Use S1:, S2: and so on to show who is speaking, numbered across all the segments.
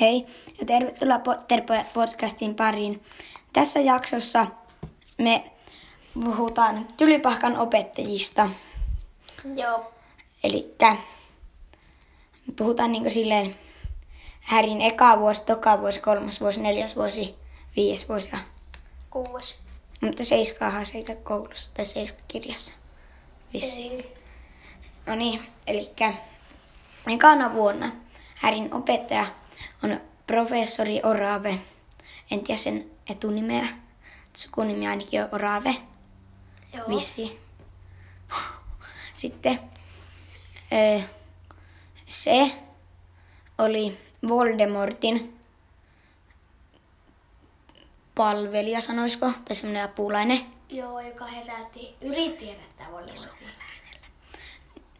S1: Hei ja tervetuloa Potter-podcastin pariin. Tässä jaksossa me puhutaan tylypahkan opettajista.
S2: Joo.
S1: Eli puhutaan niin silleen härin eka vuosi, toka vuosi, kolmas vuosi, neljäs vuosi, viides vuosi. ja- no,
S2: Kuusi.
S1: Mutta seiskaahan se ei käy koulussa tai seiskakirjassa. Vissiin.
S2: Ei.
S1: No niin, eli ekana vuonna härin opettaja on professori Orave. En tiedä sen etunimeä, sukunimi ainakin on Orave,
S2: Joo.
S1: vissi. Sitten öö, se oli Voldemortin palvelija, sanoisiko, tai semmoinen apulainen.
S2: Joo, joka herätti, yritti herättää Voldemortia.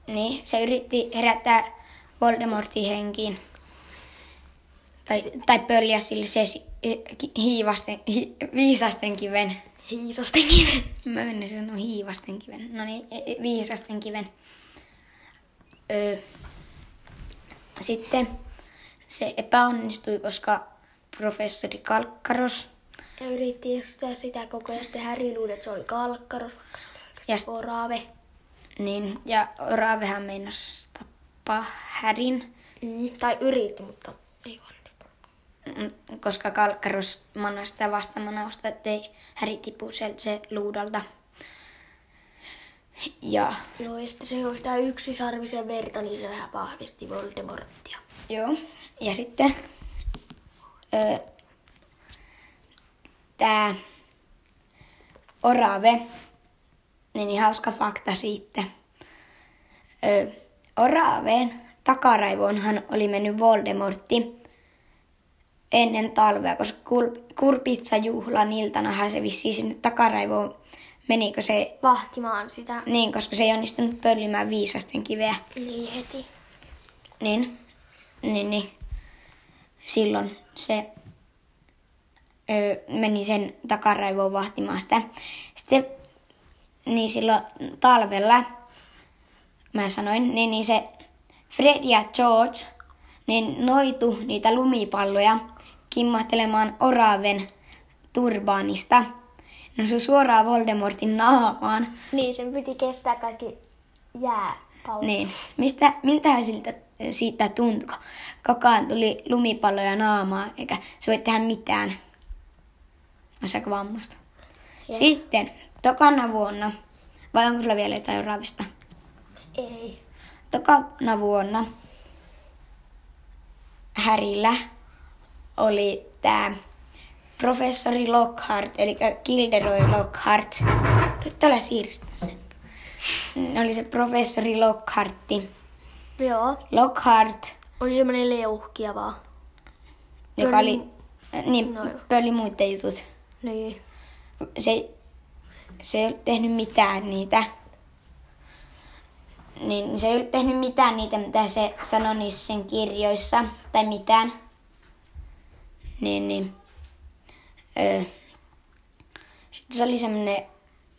S1: Niin, se yritti herättää Voldemortin henkiin. Tai, tai pöljä sille se si- ki- hiivasten, hi, viisasten kiven.
S2: Hiisosten kiven.
S1: Mä en sanoa hiivasten kiven. No niin, e- e- viisasten kiven. Öö. Sitten se epäonnistui, koska professori Kalkkaros
S2: Ja yritti just sitä- sitä koko ajan. Sitten Häri luuli, että se oli kalkkaros, vaikka se oli oikeasti
S1: Ja sit-
S2: orave.
S1: niin, ja Raavehan meinasi tappaa Härin.
S2: Mm. Tai yritti, mutta ei vaan.
S1: Mm, koska kalkkarus manaa sitä vastamanausta, ettei häri tipu sieltä se luudalta. Ja
S2: Joo, ja sitten se oli sitä yksisarvisen verta, niin se vähän vahvisti Voldemorttia.
S1: joo, ja sitten öö, tämä orave, niin niin hauska fakta siitä. Öö, oraveen takaraivoonhan oli mennyt Voldemortti ennen talvea, koska kur- kurpitsajuhlan iltanahan se vissiin sinne takaraivoon meni, kun se,
S2: Vahtimaan sitä.
S1: niin, koska se ei onnistunut pöllimään viisasten kiveä.
S2: Niin heti.
S1: Niin, niin, niin. silloin se ö, meni sen takaraivoon vahtimaan sitä. Sitten niin silloin talvella, mä sanoin, niin, niin se Fred ja George niin noitu niitä lumipalloja kimmahtelemaan oraven turbaanista. No se suoraan Voldemortin naamaan.
S2: Niin, sen piti kestää kaikki jääpallot.
S1: Niin, mistä, miltähän siltä, eh, siitä tuntui, kun kokaan tuli lumipalloja naamaa, eikä se voi tehdä mitään. On aika vammasta. Sitten, tokana vuonna, vai onko sulla vielä jotain ravista?
S2: Ei.
S1: Tokana vuonna Härillä oli tämä professori Lockhart, eli Kilderoy Lockhart. Nyt ole siirstä sen. Oli se professori Lockhartti.
S2: Joo.
S1: No Lockhart,
S2: Oli semmoinen leuhkia vaan.
S1: joka
S2: Pöli-
S1: oli niin,
S2: No joo.
S1: pöli muiden jutut.
S2: Niin.
S1: Se, se ei ollut tehnyt mitään niitä. Niin, se ei ollut tehnyt mitään niitä, mitä se sanoi niissä sen kirjoissa tai mitään. Niin, niin. Öö. Sitten se oli semmonen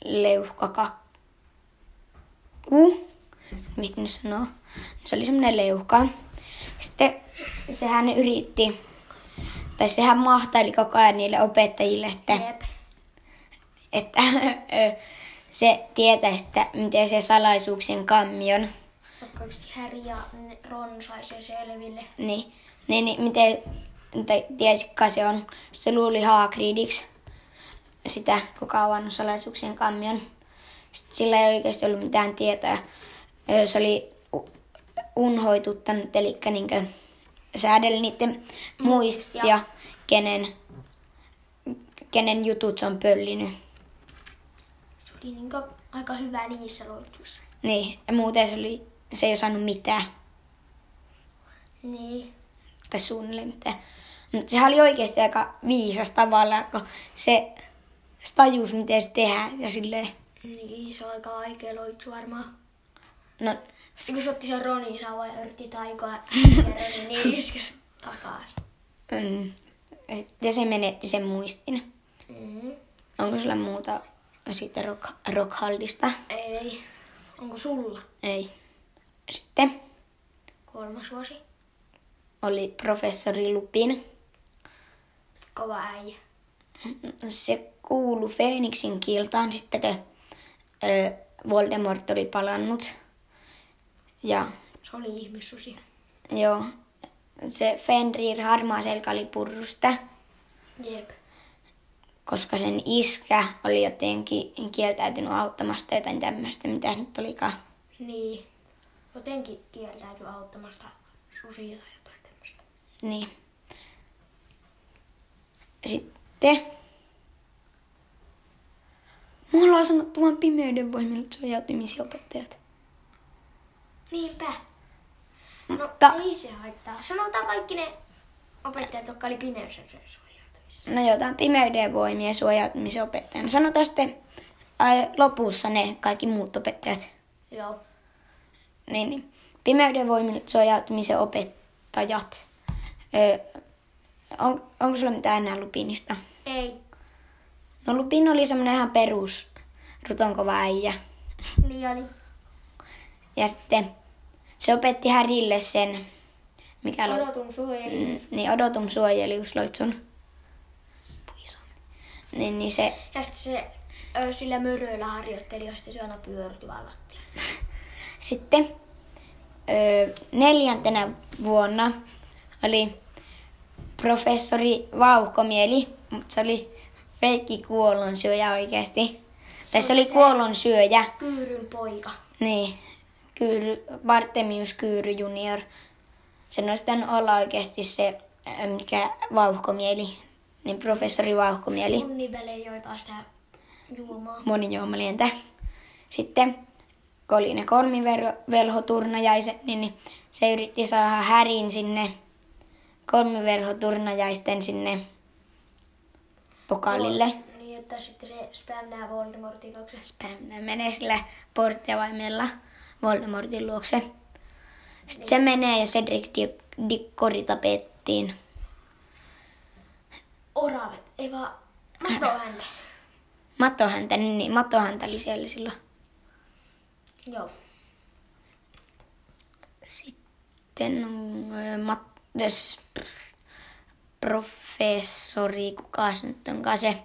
S1: leuhkakakku. Miten nyt sanoo? Se oli semmonen leuhka. Sitten sehän yritti, tai sehän mahtaili koko ajan niille opettajille, että
S2: Jep.
S1: että ö, se tietäisi, että miten se salaisuuksien kammion,
S2: Vaikka oikeasti Häri ja Ron sai sen selville.
S1: niin, niin, niin miten tai tiesi, kuka se on. Se luuli Hagridiksi sitä, kuka on avannut salaisuuksien kammion. Sitten sillä ei oikeasti ollut mitään tietoa. Ö, Se oli u- unhoituttanut, eli niinkö, säädeli niiden muistia, kenen, kenen jutut se on pöllinyt.
S2: Se oli niin aika hyvä niissä loituissa.
S1: Niin, ja muuten se, oli, se ei osannut mitään,
S2: Niin.
S1: tai suunnilleen mitään. Mutta sehän oli oikeasti aika viisas tavallaan, kun se se tajus, miten se tehdään. Ja silleen,
S2: Niin, se on aika vaikea loitsu varmaan.
S1: no,
S2: Sitten kun se otti sen Ronin sauvan ja yritti taikoa ja Roni niin iski sen takaisin.
S1: mm. ja se menetti sen muistin.
S2: Mm.
S1: Onko sulla muuta siitä rock, Rockhaldista?
S2: Ei. Onko sulla
S1: Ei. Sitten
S2: kolmas vuosi?
S1: oli professori Lupin.
S2: Kova äijä.
S1: Se kuului Feeniksin kiltaan sitten, kun ö, Voldemort oli palannut. Ja
S2: Se oli ihmissusi.
S1: joo, se Fenrir harmaa selkä oli purrusta,
S2: Jep.
S1: koska sen iskä oli jotenkin kieltäytynyt auttamasta jotain tämmöistä, mitä se nyt olikaan.
S2: Niin. Jotenkin kieltäytyi auttamasta susia tai jotain tämmöistä.
S1: Niin. Sitten. Mulla on sanottu vain pimeyden voimille suojautumisenopettajat.
S2: Niinpä. No
S1: Mutta-
S2: ei se haittaa. Sanotaan kaikki ne opettajat, jotka oli pimeyden suojautumisessa.
S1: No jotain pimeyden voimia suojautumisenopettajana. No Sanotaan sitten ai, lopussa ne kaikki muut opettajat.
S2: Joo.
S1: Niin, niin. Pimeyden voimille suojautumisen opettajat. Öö, on, onko sulla mitään enää lupinista?
S2: Ei.
S1: No lupin oli semmoinen ihan perus rutonkova äijä.
S2: Niin oli.
S1: Ja sitten se opetti Härille sen, mikä lo-
S2: Odotun suojelu.
S1: mm, niin odotum suojelius loit sun. Puisan. Niin, niin se,
S2: Ja sitten se ö, sillä möröillä harjoitteli, ja sitten se aina pyörtyi vallattia.
S1: sitten öö, neljäntenä vuonna oli professori Vauhkomieli, mutta se oli feikki kuollonsyöjä oikeasti. Tai se
S2: oli
S1: oli
S2: se-
S1: kuollonsyöjä,
S2: Kyyryn poika.
S1: Niin, Kyyry, Bartemius Kyyry junior. Sen olisi pitänyt olla oikeasti se, äh, mikä vauhkomieli, niin professori vauhkomieli,
S2: Tunnin välein joipa sitä juomaa.
S1: monijuomalientä. Sitten, kun oli ne kolmivelhoturnajaiset, niin, niin se yritti saada härin sinne kolmivelhoturnajaisten sinne pokaalille.
S2: Niin, että sitten se spämmää Voldemortin luokse.
S1: Spamna menee sillä porttiavaimella Voldemortin luokse. Sitten se menee ja Cedric Di- Dikkori tapettiin.
S2: Oravet, ei vaan mato häntä.
S1: Matto häntä, niin niin, Matto häntä oli siellä silloin.
S2: Joo.
S1: Sitten äh, on ö, Mat- des- professori, kuka se nyt onkaan se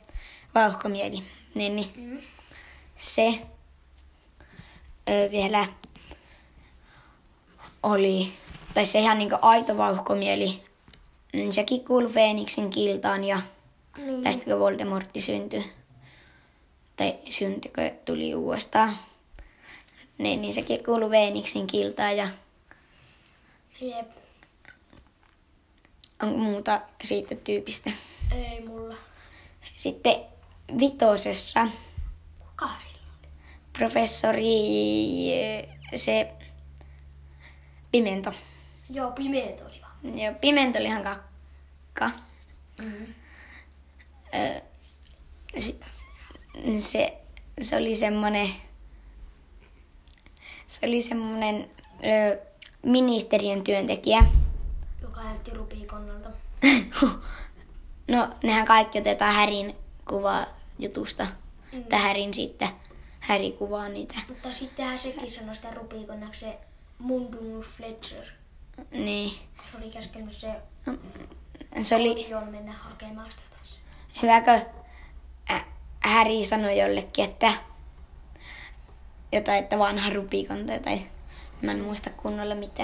S1: vauhkomieli. Niin, niin.
S2: Mm.
S1: se ö, vielä oli, tai se ihan niin aito vauhkomieli, mm, sekin kuului Feeniksin kiltaan ja
S2: Niin.
S1: tästä kun Voldemortti syntyi, tai syntykö tuli uudestaan, niin, niin sekin kuului Feeniksin kiltaan ja
S2: Jep.
S1: on muuta siitä tyypistä.
S2: Ei mulla.
S1: Sitten vitosessa
S2: Kuka sillä oli?
S1: professori ö, se Pimento.
S2: Joo, pimeet oli vaan.
S1: Joo, pimento oli ihan kakka.
S2: Mm.
S1: Öö, se, se, se oli semmonen... Se oli semmonen öö, ministeriön työntekijä.
S2: Joka näytti rupiikonnalta.
S1: no, nehän kaikki otetaan Härin kuvaa jutusta.
S2: Mm.
S1: Mm. Tai Härin sitten. Häri kuvaa niitä.
S2: Mutta sittenhän sekin sanoi sitä rupiikonnaksi se Mundungus Fletcher.
S1: Niin.
S2: Se oli käskenyt se
S1: Se oli...
S2: Leon mennä hakemaan sitä tässä.
S1: Hyväkö Ä- Häri sanoi jollekin, että jotain, että vanha rupikon tai jotain. Mä en muista kunnolla mitä.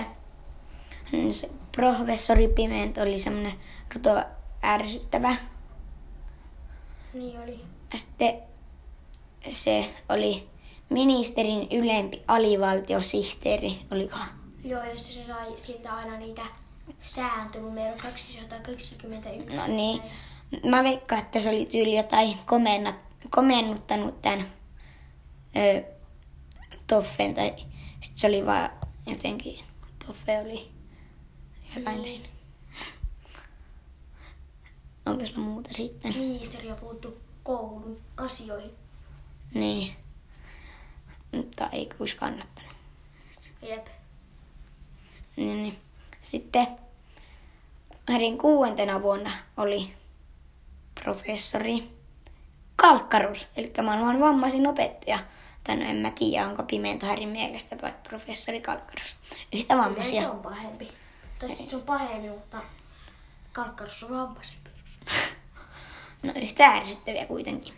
S1: Mm, Se professori Piment oli semmonen ruto ärsyttävä.
S2: Niin oli.
S1: Ja Sitten se oli ministerin ylempi alivaltiosihteeri, olikohan?
S2: Joo, ja sitten se sai siltä aina niitä sääntönumero 221.
S1: No niin. Mä veikkaan, että se oli tyyli jotain komennat, komennuttanut tämän ö, Toffen. Tai sit se oli vaan jotenkin, Toffe oli jotain
S2: Niin.
S1: tehnyt. Onko sulla muuta sitten?
S2: Ministeriö puuttu koulun asioihin.
S1: Niin. Mutta ei kuis kannattanut.
S2: Jep.
S1: Niin, niin. Sitten Härin kuuentena vuonna oli professori Kalkkarus, eli maailman vammaisin opettaja. Tai no en mä tiedä, onko Pimento Härin mielestä vai professori Kalkkarus. Yhtä vammaisia.
S2: on pahempi. Tai sit se on pahempi, mutta kalkkarus on vaan pahempi.
S1: No yhtä ärsyttäviä kuitenkin.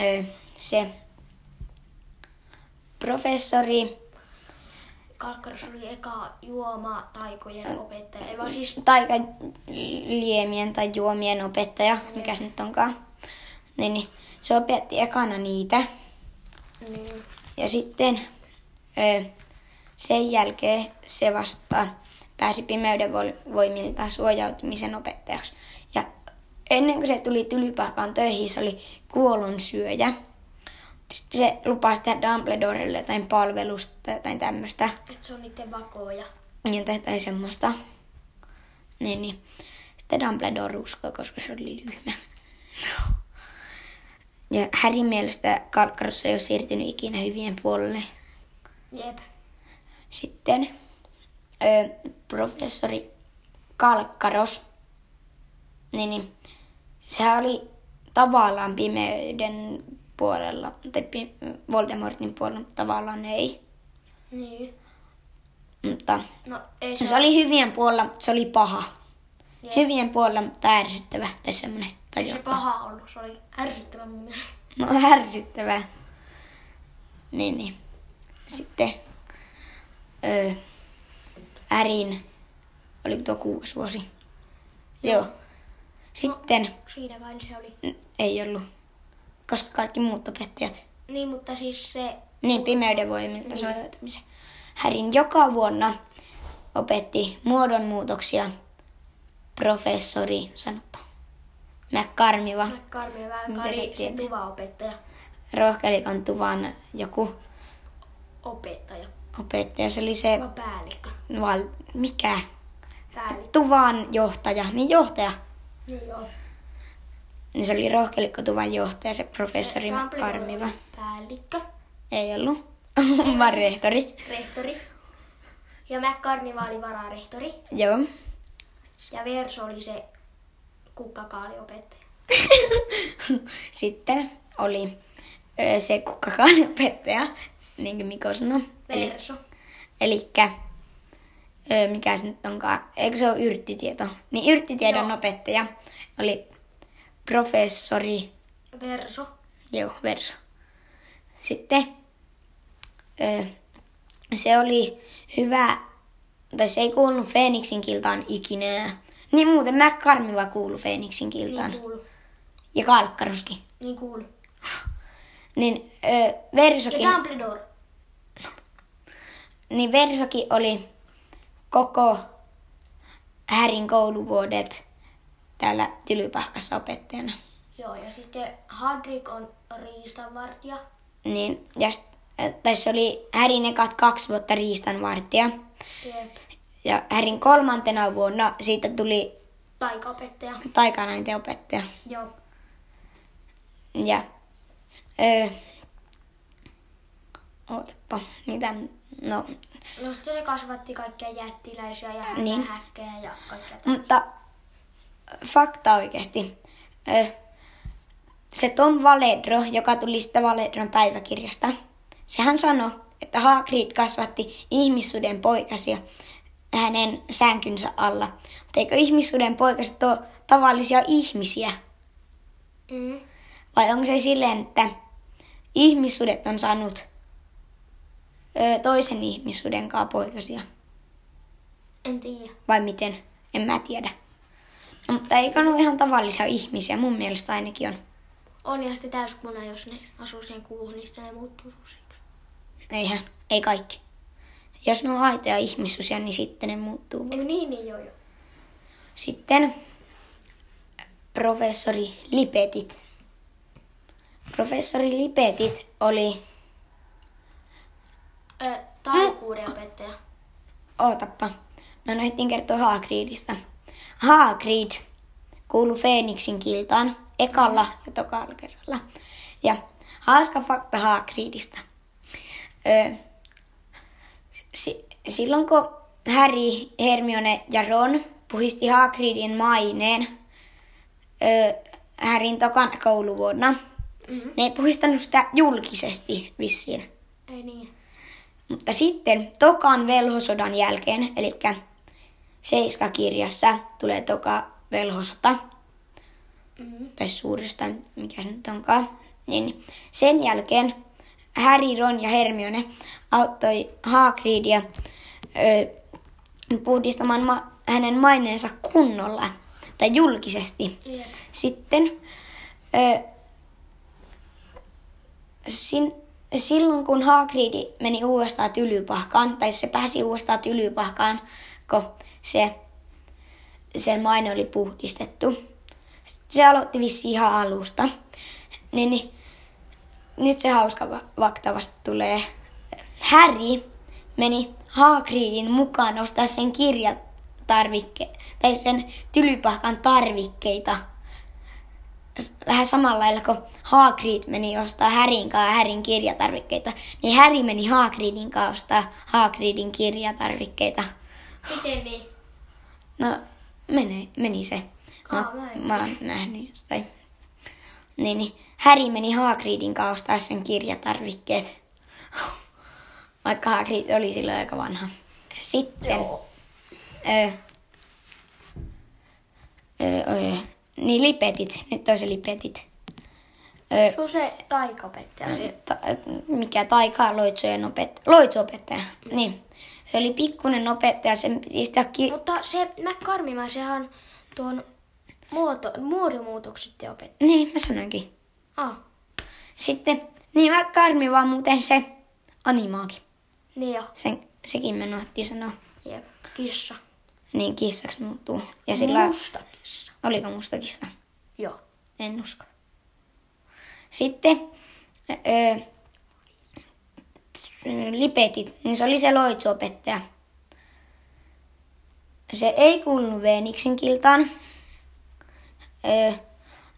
S1: Öö, se professori
S2: Kalkkarus oli eka juoma taikojen opettaja. Ei vaan siis
S1: taika liemien tai juomien opettaja, mikä se nyt onkaan. Niin, niin, se opetti ekana niitä.
S2: niin,
S1: Ja sitten öö, sen jälkeen se vasta pääsi pimeyden vol- voimilta suojautumisen opettajaksi. Ja ennen kuin se tuli tylypahkaan töihin, se oli kuollonsyöjä. Sitten se lupasi tehdä Dumbledorelle jotain palvelusta tai jotain tämmöistä.
S2: että se on niiden vakoja.
S1: Jotain tai semmoista. Niin, niin. Sitten Dumbledore uskoi, koska se oli lyhmä. Ja Härin mielestä Karkarossa ei ole siirtynyt ikinä hyvien puolelle.
S2: Jep.
S1: Sitten ö, professori Kalkkaros, niin, niin sehän oli tavallaan pimeyden puolella, tai pi- Voldemortin puolella, mutta tavallaan ei.
S2: Niin.
S1: Mutta
S2: No ei
S1: no
S2: se,
S1: se oli hyvien puolella, mutta se oli paha.
S2: Jep.
S1: Hyvien puolella, mutta ärsyttävä, tai semmoinen. Tai
S2: ei se
S1: jotain.
S2: paha ollut. Se oli ärsyttävä mun mielestä.
S1: No ärsyttävää. Niin, niin. Sitten öö, ärin, oliko tuo kuudes vuosi? Joo. Sitten,
S2: Siinä vain se oli.
S1: n- ei ollut, koska kaikki muut opettajat.
S2: Niin, mutta siis se...
S1: Niin, pimeyden voimilta suojautumisen. Härin joka vuonna opetti muodonmuutoksia professori, sanoppa. McCarmiva.
S2: Karmia vähän
S1: Mitä
S2: kari,
S1: sä
S2: se, se
S1: tiedät?
S2: tuvaopettaja.
S1: Rohkelikantu vaan joku
S2: Opettaja.
S1: opettaja. Se oli se
S2: Vaan päällikkö.
S1: val, No mikä?
S2: Päällikkö.
S1: Tuvan johtaja, niin johtaja.
S2: Niin joo.
S1: Niin se oli rohkelikko tuvan johtaja, se professori
S2: Dumbledore
S1: Karmiva.
S2: oli Päällikkö.
S1: Ei siis- ollut, vaan rehtori.
S2: Rehtori. Ja McCarmiva oli vararehtori.
S1: Joo.
S2: Ja Verso oli se kukkakaaliopettaja.
S1: Sitten oli ö, se kukkakaan opettaja, niin kuin Miko sanoi. Eli,
S2: Verso.
S1: elikkä, ö, mikä se nyt onkaan, eikö se ole yrttitieto? Niin yrttitiedon
S2: Joo.
S1: opettaja oli professori
S2: Verso. Niin
S1: Joo, verso. Sitten öö, se oli hyvä, tai se ei kuulunut Feeniksin kiltaan ikinä. Niin muuten mä karmiva kuulu Feeniksin kiltaan.
S2: Niin kuulu.
S1: Ja kalkkaruskin.
S2: Niin kuulu.
S1: Niin, öö,
S2: Ja
S1: versokin,
S2: Dumbledore.
S1: niin versokin oli koko Härin kouluvuodet täällä Tylypahkassa opettajana.
S2: Joo, ja sitten Hadrik on riistanvartija.
S1: Niin, ja, sit- tai se oli Härin ekat kaksi vuotta riistanvartija.
S2: Jep.
S1: Ja Härin kolmantena vuonna siitä tuli
S2: Taikaopettaja.
S1: taikanainten opettaja.
S2: Joo.
S1: Ja öö, ootapa, mitä, no,
S2: No sitten ne kasvatti kaikkia jättiläisiä ja
S1: Niin.
S2: niin. häkkejä ja kaikkea. tä-
S1: mutta fakta oikeasti. Öö, se Tom Valedro, joka tuli sitä Valedron päiväkirjasta, sehän sanoi, että Hagrid kasvatti ihmissuden poikasia hänen sänkynsä alla. Mutta eikö ihmissuden poikaset ole tavallisia ihmisiä?
S2: Mm.
S1: Vai onko se silleen, että ihmissudet on saanut ö, toisen ihmissuden kanssa poikasia?
S2: En tiedä.
S1: Vai miten? En mä tiedä. No, mutta eikö ne ole ihan tavallisia ihmisiä? Mun mielestä ainakin on.
S2: On ja sitten täyskuna, jos ne asuu siihen kuuhun, niin sitten ne muuttuu susiksi.
S1: Eihän. Ei kaikki. Jos ne on aitoja ihmissusia, niin sitten ne muuttuu.
S2: Ei niin, niin joo joo.
S1: Sitten professori Lipetit. Professori Lipetit oli...
S2: Ö, taikuuden opettaja.
S1: Ootappa. Mä nähtiin kertoa Hagridista. Hagrid kuuluu Feeniksin kiltaan ekalla ja tokalla kerralla. Ja hauska fakta Hagridista. Öö, si- silloin kun Harry, Hermione ja Ron puhisti Hagridin maineen öö, Härin tokan kouluvuonna,
S2: Mm.
S1: ne ei puhistanut sitä julkisesti vissiin.
S2: Ei niin.
S1: Mutta sitten Tokan velhosodan jälkeen, eli Seiska-kirjassa tulee toka velhosota,
S2: Mm.
S1: tai suurista, mikä se nyt onkaan. Niin sen jälkeen Harry, Ron ja Hermione auttoi Hagridia ö, puhdistamaan ma- hänen maineensa kunnolla tai julkisesti.
S2: Jep.
S1: Sitten ö, sin, silloin kun Hagrid meni uudestaan tylypahkaan, tai se pääsi uudestaan tylypahkaan, kun se, sen maine oli puhdistettu. Se aloitti vissiin ihan alusta. Niin, niin, nyt se hauska va- fakta vasta tulee. Harry meni Hagridin mukaan ostaa sen kirjatarvikke, tai sen tylypahkan tarvikkeita s- vähän samalla lailla kuin Hagrid meni ostaa Härin kanssa Härin kirjatarvikkeita, niin Häri meni Hagridin kanssa ostaa Hagridin kirjatarvikkeita.
S2: Miten niin?
S1: No, mene, meni se. No,
S2: Aa, mä en
S1: mä oon nähnyt jostain. Niin, niin. Häri meni Hagridin kanssa ostaa sen kirjatarvikkeet. Vaikka Hagrid oli silloin aika vanha. Sitten...
S2: Joo.
S1: Öö, öö, öö, niin lipetit. Nyt on se lipetit. Öö,
S2: Se on se taikaopettaja. Se.
S1: ta, mikä taikaa loitsujen opet, loitsuopettaja.
S2: Mm.
S1: Niin. Se oli pikkunen opettaja, sen piti sitä ki-
S2: Mutta se McCormiva, sehän on tuon muoto, muodonmuutokset ja opettaja.
S1: Niin, mä sanoinkin.
S2: Ah,
S1: Sitten, niin mä karmi vaan muuten se animaakin.
S2: niin jo.
S1: Sen, sekin me nohtiin sanoa.
S2: Jep. Kissa.
S1: Niin kissaksi muuttuu. Ja sillä
S2: Musta kissa.
S1: oliko musta kissa?
S2: Joo.
S1: En usko. Sitten öö, lipetit, niin se oli se loitsuopettaja. Se ei kuulunut Veeniksen kiltaan, öö,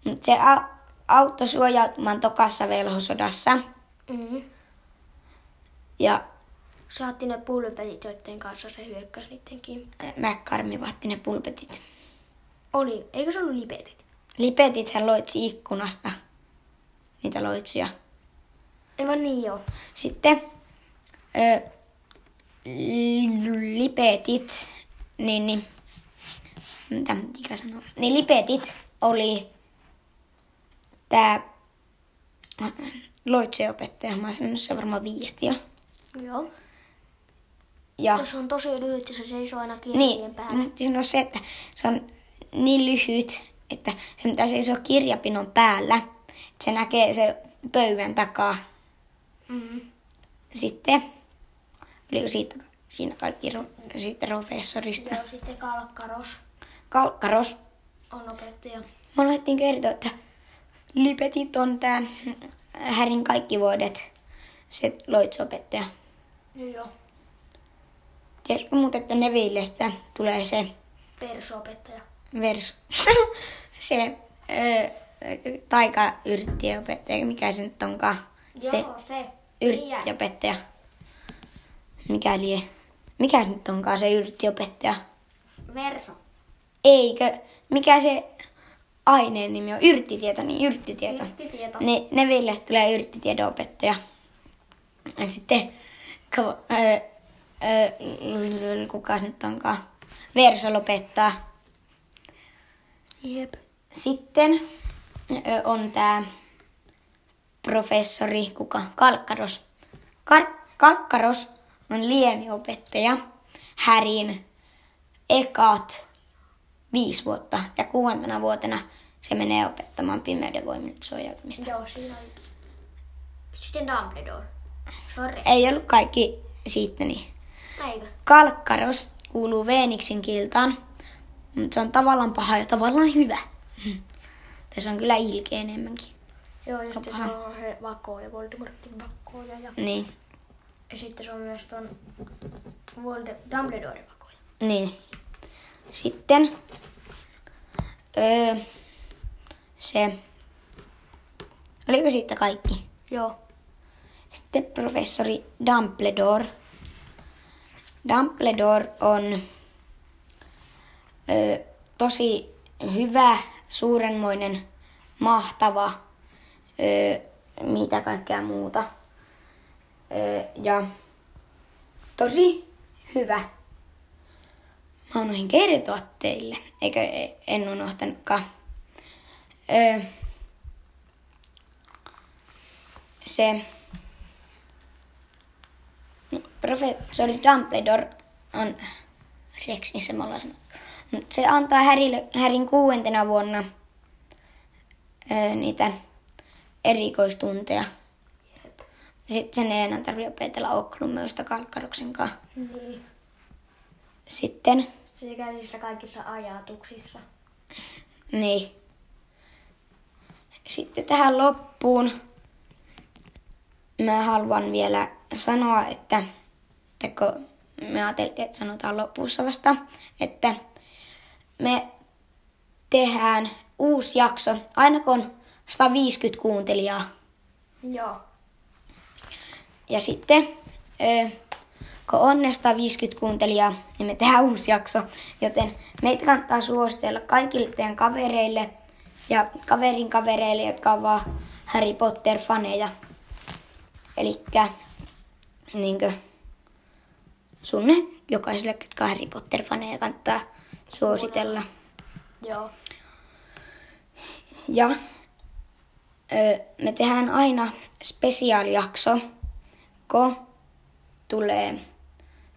S1: mutta se au- auttoi suojautumaan tokassa velhosodassa.
S2: Mm-hmm.
S1: Ja
S2: Saatti ne pulpetit, joiden kanssa se hyökkäsi niiden kimppuun.
S1: Mäkkarmi vahti ne pulpetit.
S2: Oli, eikö se ollut lipetit?
S1: Lipetit hän loitsi ikkunasta niitä loitsuja.
S2: Ei vaan niin joo.
S1: Sitten ö, l- lipetit, niin, niin mitä ikä sanoo? Niin lipetit oli tää loitsujen opettaja. Mä oon sanonut se varmaan viesti jo.
S2: Joo.
S1: Ja,
S2: Se on tosi lyhyt ja se seisoo aina kirjien
S1: niin,
S2: niin. päällä.
S1: mä sanoa se, että se on niin lyhyt, että se mitä seisoo kirjapinon päällä, että se näkee se pöydän takaa.
S2: Mm-hmm.
S1: Sitten, oliko siitä, siinä kaikki ro- siitä professorista?
S2: Joo, sitten Kalkkaros
S1: Kalkkaros.
S2: on opettaja.
S1: Mä alettiin kertoa, että Lipetit on tää Härin kaikki vuodet, se loitsopettaja.
S2: Joo, joo.
S1: Tiedätkö muuten, että Nevillestä tulee se
S2: Persoopettaja.
S1: vers, se ö, taikayrttiopettaja, mikä se nyt onkaan, se
S2: Joo, se. Niin Tiedän.
S1: yrttiopettaja. Mikä lie? Mikä se nyt onkaan se yrttiopettaja?
S2: Verso.
S1: Eikö? Mikä se aineen nimi on? Yrttitieto, niin yrttitieto.
S2: Yrttitieto.
S1: Niin Nevillestä tulee yrttitiedon opettaja. Ja sitten, ko, ö, ö, kuka se nyt onkaan? Verso lopettaa.
S2: Jep.
S1: Sitten ö, on tämä professori, kuka? Kalkkaros. Kar- Kalkkaros on liemiopettaja Härin ekat viisi vuotta. Ja kuuantena vuotena se menee opettamaan pimeyden voimilta suojautumista.
S2: Joo, siinä on. Sitten Dumbledore. Sorry.
S1: Ei ollut kaikki siitä niin.
S2: Eikö?
S1: Kalkkaros kuuluu Veeniksen kiltaan, mutta se on tavallaan paha ja tavallaan hyvä. Tässä on kyllä ilkeä enemmänkin.
S2: Joo, ja sitten
S1: Paha.
S2: se on se vako ja Voldemortin vakoja. Ja,
S1: Niin.
S2: ja sitten se on myös ton Volde, Dumbledoren vakoja.
S1: Niin. Sitten öö, se, oliko siitä kaikki?
S2: Joo.
S1: Sitten professori Dumbledore. Dumbledore on ö, tosi hyvä, suurenmoinen, mahtava, ö, mitä kaikkea muuta. Ö, ja tosi hyvä. Mä unohdin kertoa teille. Eikö e- en unohtanutkaan. Öö, se, niin, professori Dumbledore on Rex, niin se me ollaan sanottu. Mut se antaa Härille, Härin kuuentena vuonna öö, niitä erikoistunteja.
S2: Jep.
S1: Sitten sen ei enää tarvitse opetella Oklumeusta Kalkkaruksen kanssa.
S2: Niin.
S1: Sitten,
S2: Se käy niissä kaikissa ajatuksissa.
S1: niin. Sitten tähän loppuun mä haluan vielä sanoa, että, että kun me ajattelin, että sanotaan lopussa vasta, että me tehdään uusi jakso, aina kun on 150 kuuntelijaa.
S2: Joo.
S1: Ja sitten, ö, kun on ne 150 kuuntelijaa, niin me tehdään uusi jakso. Joten meitä kannattaa suositella kaikille teidän kavereille ja kaverin kavereille, jotka on vaan Harry Potter-faneja. Eli niinkö sunne jokaiselle, ketkä on Harry Potter-faneja, kannattaa suositella.
S2: Joo.
S1: Ja ö, me tehdään aina spesiaalijakso, kun tulee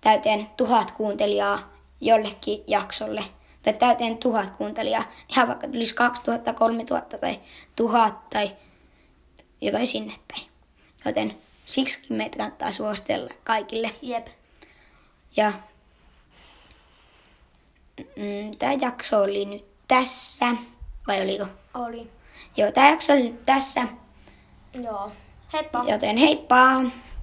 S1: täyteen tuhat kuuntelijaa jollekin jaksolle. Tai täyteen tuhat kuuntelijaa. Ihan vaikka tulisi 2000, 3000 tai 1000 tai jotain sinne päin. Joten siksi meitä kannattaa suostella kaikille.
S2: Jep.
S1: Ja mm, tämä jakso oli nyt tässä. Vai oliko?
S2: Oli.
S1: Joo, tämä jakso oli nyt tässä.
S2: Joo. Heippa.
S1: Joten heippa!